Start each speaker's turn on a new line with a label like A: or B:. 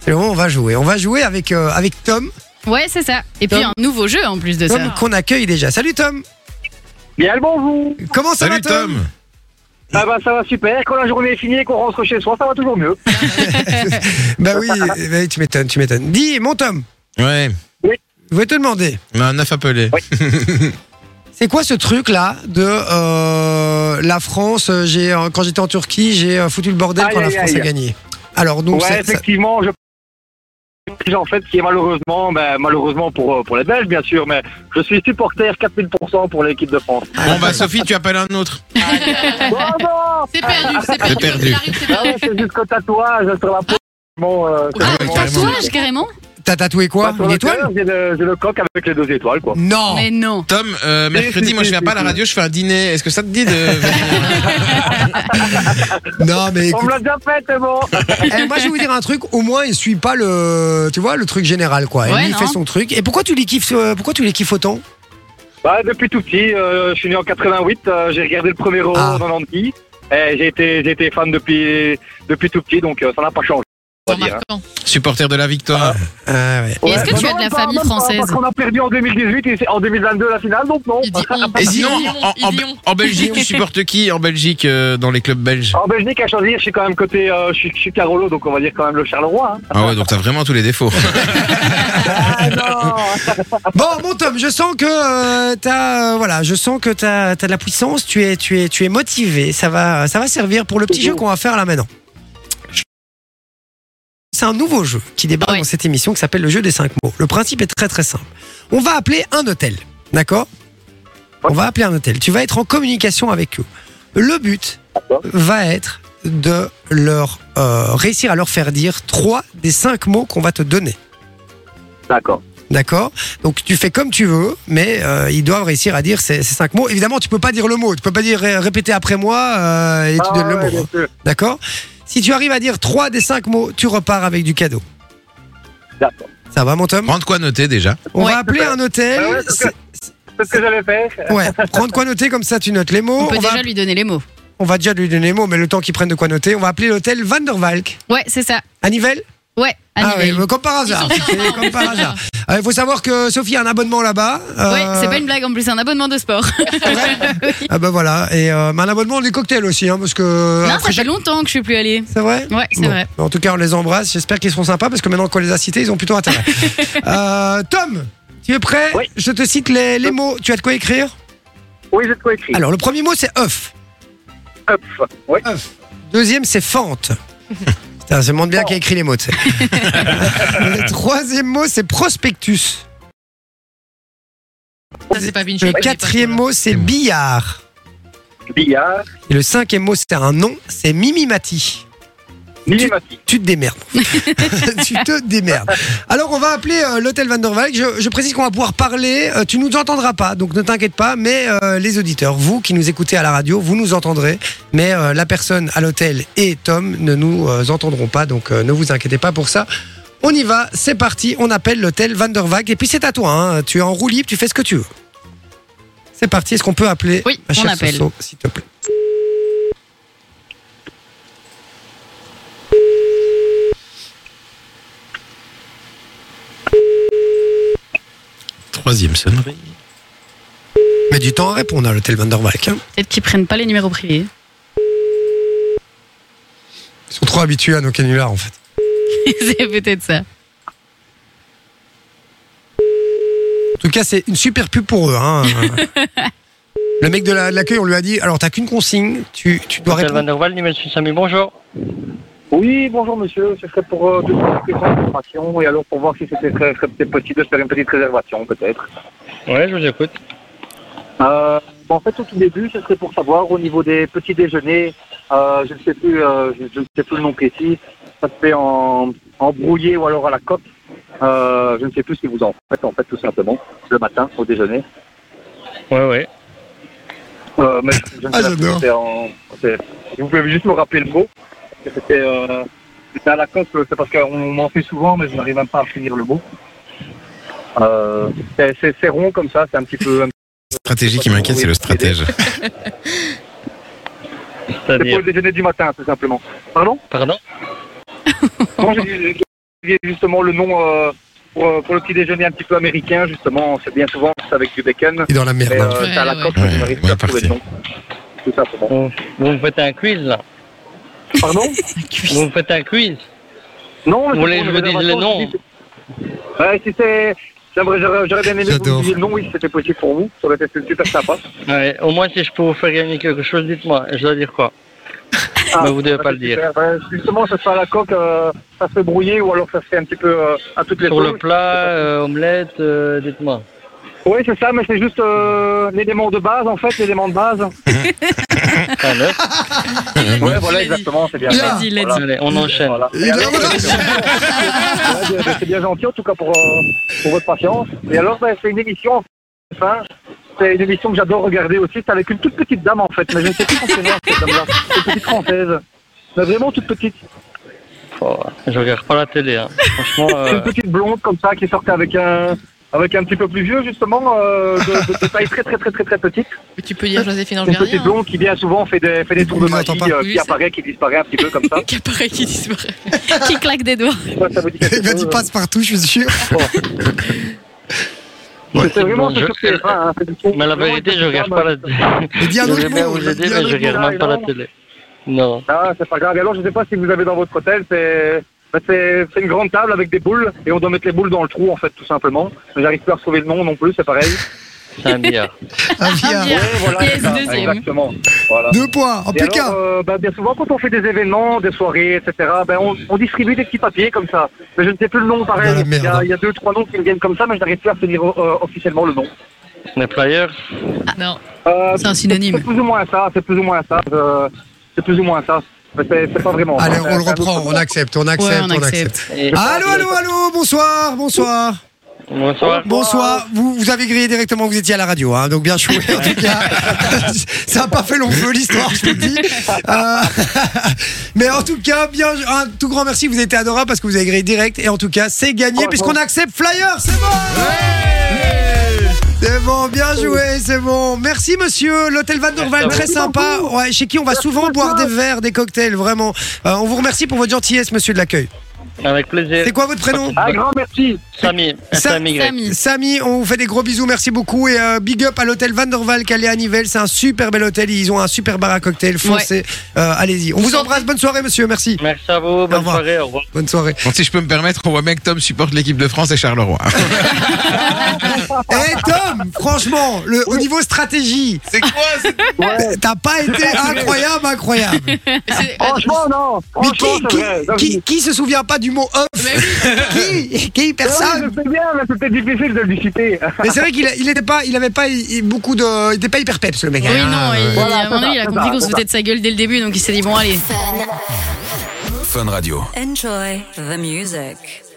A: C'est le moment où on va jouer. On va jouer avec, euh, avec Tom,
B: Ouais, c'est ça. Et puis
A: Tom.
B: un nouveau jeu en plus de ça.
A: Tom qu'on accueille déjà. Salut Tom
C: Bien le bonjour
A: Comment ça va
D: Salut
A: Tom,
D: Tom
C: Ah bah ça va super, quand la journée est finie et qu'on rentre chez soi, ça va toujours mieux.
A: Bah oui, eh ben, tu m'étonnes, tu m'étonnes. Dis, mon Tom,
D: Ouais,
A: je vais te demander,
D: on a un 9 appelé.
C: Oui.
A: c'est quoi ce truc là de euh, la France euh, J'ai euh, Quand j'étais en Turquie, j'ai euh, foutu le bordel
C: Aïe,
A: quand la
C: aïe,
A: France a
C: aïe.
A: gagné. Alors donc,
C: ouais,
A: c'est- ça-
C: effectivement, je en fait qui est malheureusement, ben, malheureusement pour, euh, pour les Belges bien sûr, mais je suis supporter 4000% pour l'équipe de France.
D: Bon, bah, Sophie, tu appelles un autre.
C: Bon, non
B: C'est perdu, c'est perdu.
D: C'est perdu.
B: Il arrive, c'est
C: Ah ouais,
B: perdu.
C: C'est jusqu'au tatouage sur la peau. Bon, euh, c'est
B: Ah,
D: Ouais,
C: vraiment-
B: tatouage carrément
A: t'as tatoué quoi
C: Pas sur
A: Une
C: le
A: étoile
C: cœur, J'ai le, j'ai le coq avec les deux étoiles quoi.
A: Non
B: Mais non.
D: Tom, euh, mercredi,
C: si,
D: moi, je
C: si,
D: viens
C: si,
D: pas à la
C: si.
D: radio, je fais un dîner. Est-ce que ça te dit de.
A: Non, mais
C: On
A: écoute,
C: me l'a déjà fait, c'est bon.
A: eh, moi je vais vous dire un truc, au moins il suit pas le, tu vois, le truc général quoi. Et
B: Ouais,
A: lui, il
B: non.
A: fait son truc. Et pourquoi tu les kiffes, euh, pourquoi tu les kiffes autant
C: Bah, depuis tout petit, euh, je suis né en 88, euh, j'ai regardé le premier euro
A: Ah.
C: en 90. Et j'ai été, j'ai été fan depuis, depuis tout petit, donc euh, ça n'a pas changé. on va dire, hein.
D: Supporter de la victoire.
A: Ah ouais.
B: Et est-ce que tu as de la
C: même pas,
B: famille
C: même pas,
B: française
C: bah, Parce qu'on a perdu en 2018 et c'est en 2022 la finale, donc non.
B: Il dit on.
D: Et sinon,
B: Lyon,
D: en, en-
B: Lyon.
D: en Belgique, tu supportes qui en Belgique euh, dans les clubs belges
C: En Belgique, à choisir, je suis quand même côté, euh, je, suis, je suis Carolo, donc on va dire quand même le Charleroi. hein.
D: Ah ouais, donc t'as vraiment tous les défauts.
C: Ah non
A: Bon, mon Tom, je sens que euh, t'as, euh, voilà, je sens que t'as, t'as de la puissance. Tu es, tu es, tu es motivé. Ça va, ça va servir pour le petit jeu qu'on va faire là maintenant. C'est un nouveau jeu qui débarque
B: Ouais.
A: dans cette émission qui s'appelle le jeu des cinq mots. Le principe est très très simple. On va appeler un hôtel, d'accord On va appeler un hôtel. Tu vas être en communication avec eux. Le but
C: D'accord.
A: va être de leur euh, réussir à leur faire dire trois des cinq mots qu'on va te donner.
C: D'accord.
A: D'accord Donc tu fais comme tu veux, mais euh, ils doivent réussir à dire ces, ces cinq mots. Évidemment, tu peux pas dire le mot, tu peux pas dire ré- répéter après moi euh, et tu
C: Ah
A: donnes le
C: ouais,
A: mot.
C: bien
A: hein.
C: sûr.
A: D'accord Si tu arrives à dire trois des cinq mots, tu repars avec du cadeau.
C: D'accord.
A: Ça va, mon Tom
D: Prends de quoi noter déjà.
A: On
B: Ouais.
A: va appeler un hôtel.
C: Ah ouais, c'est ça. C'est ce que j'allais faire.
A: C'est- ouais, prendre quoi noter, comme ça tu notes les mots.
B: On peut
A: va,
B: déjà lui donner les mots.
A: on va déjà lui donner les mots, mais le temps qu'ils prennent de quoi noter, on va appeler l'hôtel Van der Valk.
B: Ouais, c'est ça.
A: À Nivelles
B: Ouais,
A: Ah oui,
B: Annibel.
A: comme par hasard.
B: Ils sont
A: C'est
B: ensemble.
A: Comme par hasard. Il faut savoir que Sophie a un abonnement là-bas.
B: Ouais,
A: Euh,
B: c'est pas une blague en plus, c'est un abonnement de sport.
A: Ah bah voilà, et euh, mais un abonnement du cocktail aussi, hein, parce que...
B: non, ça
A: après
B: fait
A: chaque-
B: longtemps que je suis plus allée.
A: C'est vrai
B: Ouais, c'est
A: Bon.
B: vrai.
A: En tout cas, on les embrasse, j'espère qu'ils seront sympas, parce que maintenant qu'on les a cités, ils ont plutôt intérêt. Euh, Tom, tu es prêt
C: Oui.
A: Je te cite les, les mots, tu as de quoi écrire
C: Oui, j'ai de quoi écrire.
A: Alors, le premier mot, c'est œuf.
C: Hop. Oui.
A: Deuxième, c'est fente. Putain, je me demande bien qui a écrit les mots, tu sais. le troisième mot, c'est prospectus.
E: Ça, c'est pas Vinci.
A: Le
E: Je connais pas
A: quatrième
E: ce
A: mot, c'est billard.
C: Billard.
A: Et le cinquième mot, c'est un nom, c'est mimimati.
C: Minimati.
A: tu te démerdes. tu te démerdes. Alors, on va appeler euh, l'hôtel Van der Valk. Je, je précise qu'on va pouvoir parler. Euh, tu nous entendras pas, donc ne t'inquiète pas. Mais euh, les auditeurs, vous qui nous écoutez à la radio, vous nous entendrez. Mais euh, la personne à l'hôtel et Tom ne nous euh, entendront pas. Donc, euh, ne vous inquiétez pas pour ça. On y va, c'est parti. On appelle l'hôtel Van der Valk. Et puis, c'est à toi. hein. Tu es en roue libre, tu fais ce que tu veux. C'est parti. Est-ce qu'on peut appeler
B: Oui,
A: ma
B: on
A: chère
B: appelle.
A: Soso, s'il te plaît
D: Troisième sonnerie.
A: Mais du temps à répondre à l'hôtel Van der Valk. hein.
B: Peut-être qu'ils prennent pas les numéros privés.
A: Ils sont trop habitués à nos canulars, en fait.
B: c'est peut-être ça.
A: En tout cas, c'est une super pub pour eux. hein. Le mec de la- de l'accueil, on lui a dit alors t'as qu'une consigne, tu, tu dois
F: Hôtel Van
A: répondre.
F: der Waal, numéro 600 bonjour.
C: Oui, bonjour monsieur, ce serait pour euh, deux trois questions d'information et alors pour voir si c'était serait- serait peut-être possible de faire une petite réservation peut-être.
F: Ouais, je vous écoute.
C: Euh, en fait, au tout début, ce serait pour savoir au niveau des petits déjeuners, euh, je ne sais plus, euh, je, je ne sais plus le nom précis, ça se fait en, en brouillé ou alors à la coque. Euh, je ne sais plus ce que vous en faites en fait tout simplement le matin au déjeuner.
F: Ouais, ouais.
C: Euh, mais je, je ne sais
A: Ah,
C: pas si
A: j'adore.
C: c'était en- c'est- Vous pouvez juste me rappeler le mot. parce que C'était euh, c'était à la coque, c'est parce qu'on m'en fait souvent, mais je n'arrive même pas à finir le mot. Euh, c'est- c'est c'est rond comme ça, c'est un petit peu. un-
D: Stratégie qui m'inquiète, c'est le stratège.
C: C'est pour
F: C'est-à-dire.
C: le déjeuner du matin, tout simplement. Pardon
F: Pardon
C: Non, j'ai dit- trouviez justement le nom euh, pour, euh, pour le petit déjeuner un petit peu américain, justement, c'est bien souvent c'est avec du bacon.
A: Et dans la merde.
C: Et,
A: hein.
C: euh,
B: Ouais,
C: c'est à la
B: ouais.
C: coque,
D: Ouais,
C: je n'arrive
D: ouais,
C: pas à trouver le nom. Tout simplement.
F: Vous, vous me faites un quiz là
C: Pardon
B: Un cuisse.
F: Vous me faites un quiz
C: Non, mais
F: Vous
C: c'est
F: voulez
C: bon, les
F: que je vous dise le
C: réservations,
F: nom
C: je dis- Ouais, si c'est. J'aimerais, j'aurais, j'aurais bien aimé que vous
A: J'adore.
C: me disiez le nom, oui, si c'était possible pour vous. Ça aurait été super sympa.
F: Ouais, Au moins, si je peux vous faire gagner quelque chose, dites-moi. Je dois dire quoi
C: Ah,
F: Mais vous devez
C: ça,
F: pas
C: c'est
F: le dire.
C: super. Ouais, justement, ça se fait à la coque, euh, ça se fait brouiller ou alors ça se fait un petit peu euh, à toutes les
F: Sur le
C: sauces.
F: plat, euh, omelette, euh, dites-moi.
C: Oui, c'est ça, mais c'est juste euh, l'élément de base, en fait, l'élément de base.
F: Un œuf.
C: Ouais,
B: l'a
C: voilà,
B: dit.
C: exactement, c'est bien.
A: Il
C: ça.
A: l'a
B: dit, il l'a
C: Voilà.
F: Allez, on enchaîne.
C: Voilà.
A: Il
C: Et
A: a-
C: alors,
A: voilà.
C: Ouais, ben, c'est bien gentil en tout cas pour, euh, pour votre patience. Et alors, ben, c'est une émission, enfin, c'est une émission que j'adore regarder aussi. C'est avec une toute petite dame en fait, mais je ne sais plus comment c'est cette dame-là. C'est Une petite française. Mais vraiment toute petite.
F: Oh, je regarde pas la télé. hein. Franchement,
C: C'est
F: euh,
C: une petite blonde comme ça qui sortait avec un, avec un petit peu plus vieux justement, euh, de, de- de taille très très très très très petite.
E: Mais tu peux dire Joséphine
C: Une petite
E: Angerien.
C: blonde qui bien souvent fait des, fait des tours
A: On
C: de
A: les entend
C: magie,
A: pas.
C: euh,
E: Oui,
C: qui
E: ça-
C: apparaît, qui disparaît un petit peu comme ça.
E: Qui apparaît, qui disparaît.
B: Qui claque des doigts.
C: Je sais pas si ça vous dit quelque
A: Il m'a dit
C: chose.
A: passe partout, je suis sûr.
F: ouais,
C: euh, C'est vraiment
F: bon, je-
C: sur TF1, hein, c'est une-
F: Mais la
C: vraiment une
F: vérité, je
C: petite
F: regarde
C: dame,
F: pas la
C: hein.
F: télé.
A: Mais dis un
F: Je
A: autre
F: vais bien
A: mot.
F: vous aider,
A: dis un
F: mais je
A: autre mot.
F: regarde même pas la télé. Non.
C: Ah, c'est pas grave. Et alors, je sais pas si vous avez dans votre hôtel, c'est. bah, C'est c'est une grande table avec des boules et on doit mettre les boules dans le trou en fait tout simplement. Mais J'arrive plus à retrouver le nom non plus, c'est pareil.
F: C'est un billard.
A: Un
B: Un
A: billard.
B: billard. Yes,
C: c'est ça,
B: deuxième.
C: exactement. Voilà.
A: Deux oh, points, en
C: Et
A: plus
C: alors,
A: qu'un.
C: euh, bah, bien souvent quand on fait des événements, des soirées, etc. Ben on, on distribue des petits papiers comme ça. Mais je ne sais plus le nom pareil.
A: Ah, la
C: Il
A: merde.
C: y, a, il y a deux trois noms qui me viennent comme ça, mais je n'arrive plus à retenir euh, officiellement le nom.
F: Les players
B: Ah,
E: Non,
C: Euh,
E: c'est un
C: c'est
E: synonyme.
C: plus ou moins ça. C'est plus ou moins ça. euh, c'est plus ou moins ça. Mais c'est c'est pas vraiment.
A: Allez,
C: ça,
A: on le
C: c'est un autre
A: reprend,
C: nom.
A: on accepte, on
B: Ouais,
A: accepte,
B: on
A: on
B: accepte.
A: accepte.
F: Et...
A: Allô, allô, allô, bonsoir, bonsoir.
F: Bonsoir.
A: Bonsoir, vous, vous avez grillé directement, vous étiez à la radio, hein, donc bien joué en tout cas. Ça n'a pas fait long feu l'histoire, je vous le dis. Euh, mais en tout cas, bien, un tout grand merci, vous avez été adorable parce que vous avez grillé direct et en tout cas, c'est gagné
C: Franchement.
A: puisqu'on accepte Flyer, c'est bon C'est bon, bien joué, c'est bon. Merci monsieur, l'hôtel Van Dorval, très sympa, ouais, chez qui on va souvent boire des verres, des cocktails, vraiment. Euh, on vous remercie pour votre gentillesse monsieur de l'accueil.
F: Avec plaisir.
A: C'est quoi votre prénom
C: Un grand merci.
F: Samy.
A: Ça-
F: Samy Grec.
B: Samy.
A: Samy, on vous fait des gros bisous, merci beaucoup. Et euh, big up à l'hôtel Van der Waal, calais à Nivelles. C'est un super bel hôtel. Ils ont un super bar à cocktail. Foncez, Euh, allez-y. On vous embrasse. Bonne soirée, monsieur. Merci.
F: Merci à vous. Bonne
A: revoir.
F: soirée. Au revoir.
A: Bonne soirée.
D: Bon, si je peux me permettre, on voit bien que Tom supporte l'équipe de France et Charleroi.
A: Eh Tom, franchement, le, au niveau stratégie,
D: C'est quoi c'est-
A: euh, t'as pas été incroyable, incroyable.
E: Mais c'est-
C: Franchement, non.
A: Mais
C: Franchement,
A: qui,
C: c'est vrai. Non,
A: qui, qui, qui se souvient pas du mot off
E: Mais
A: Qui Qui
C: je- Ouais,
A: Personne.
C: Je sais bien, mais c'est peut-être difficile de le discuter.
A: Mais c'est vrai qu'il a- il était pas, il avait pas il- beaucoup de, il était pas hyper peps le mec.
B: Oui,
A: hein.
B: non, il,
C: Voilà,
B: à mon avis, il a
C: c'est ça,
B: compris qu'on se
C: c'est
B: foutait de sa gueule dès le début, donc il s'est dit bon, allez.
G: Fun Radio.
H: Enjoy the music.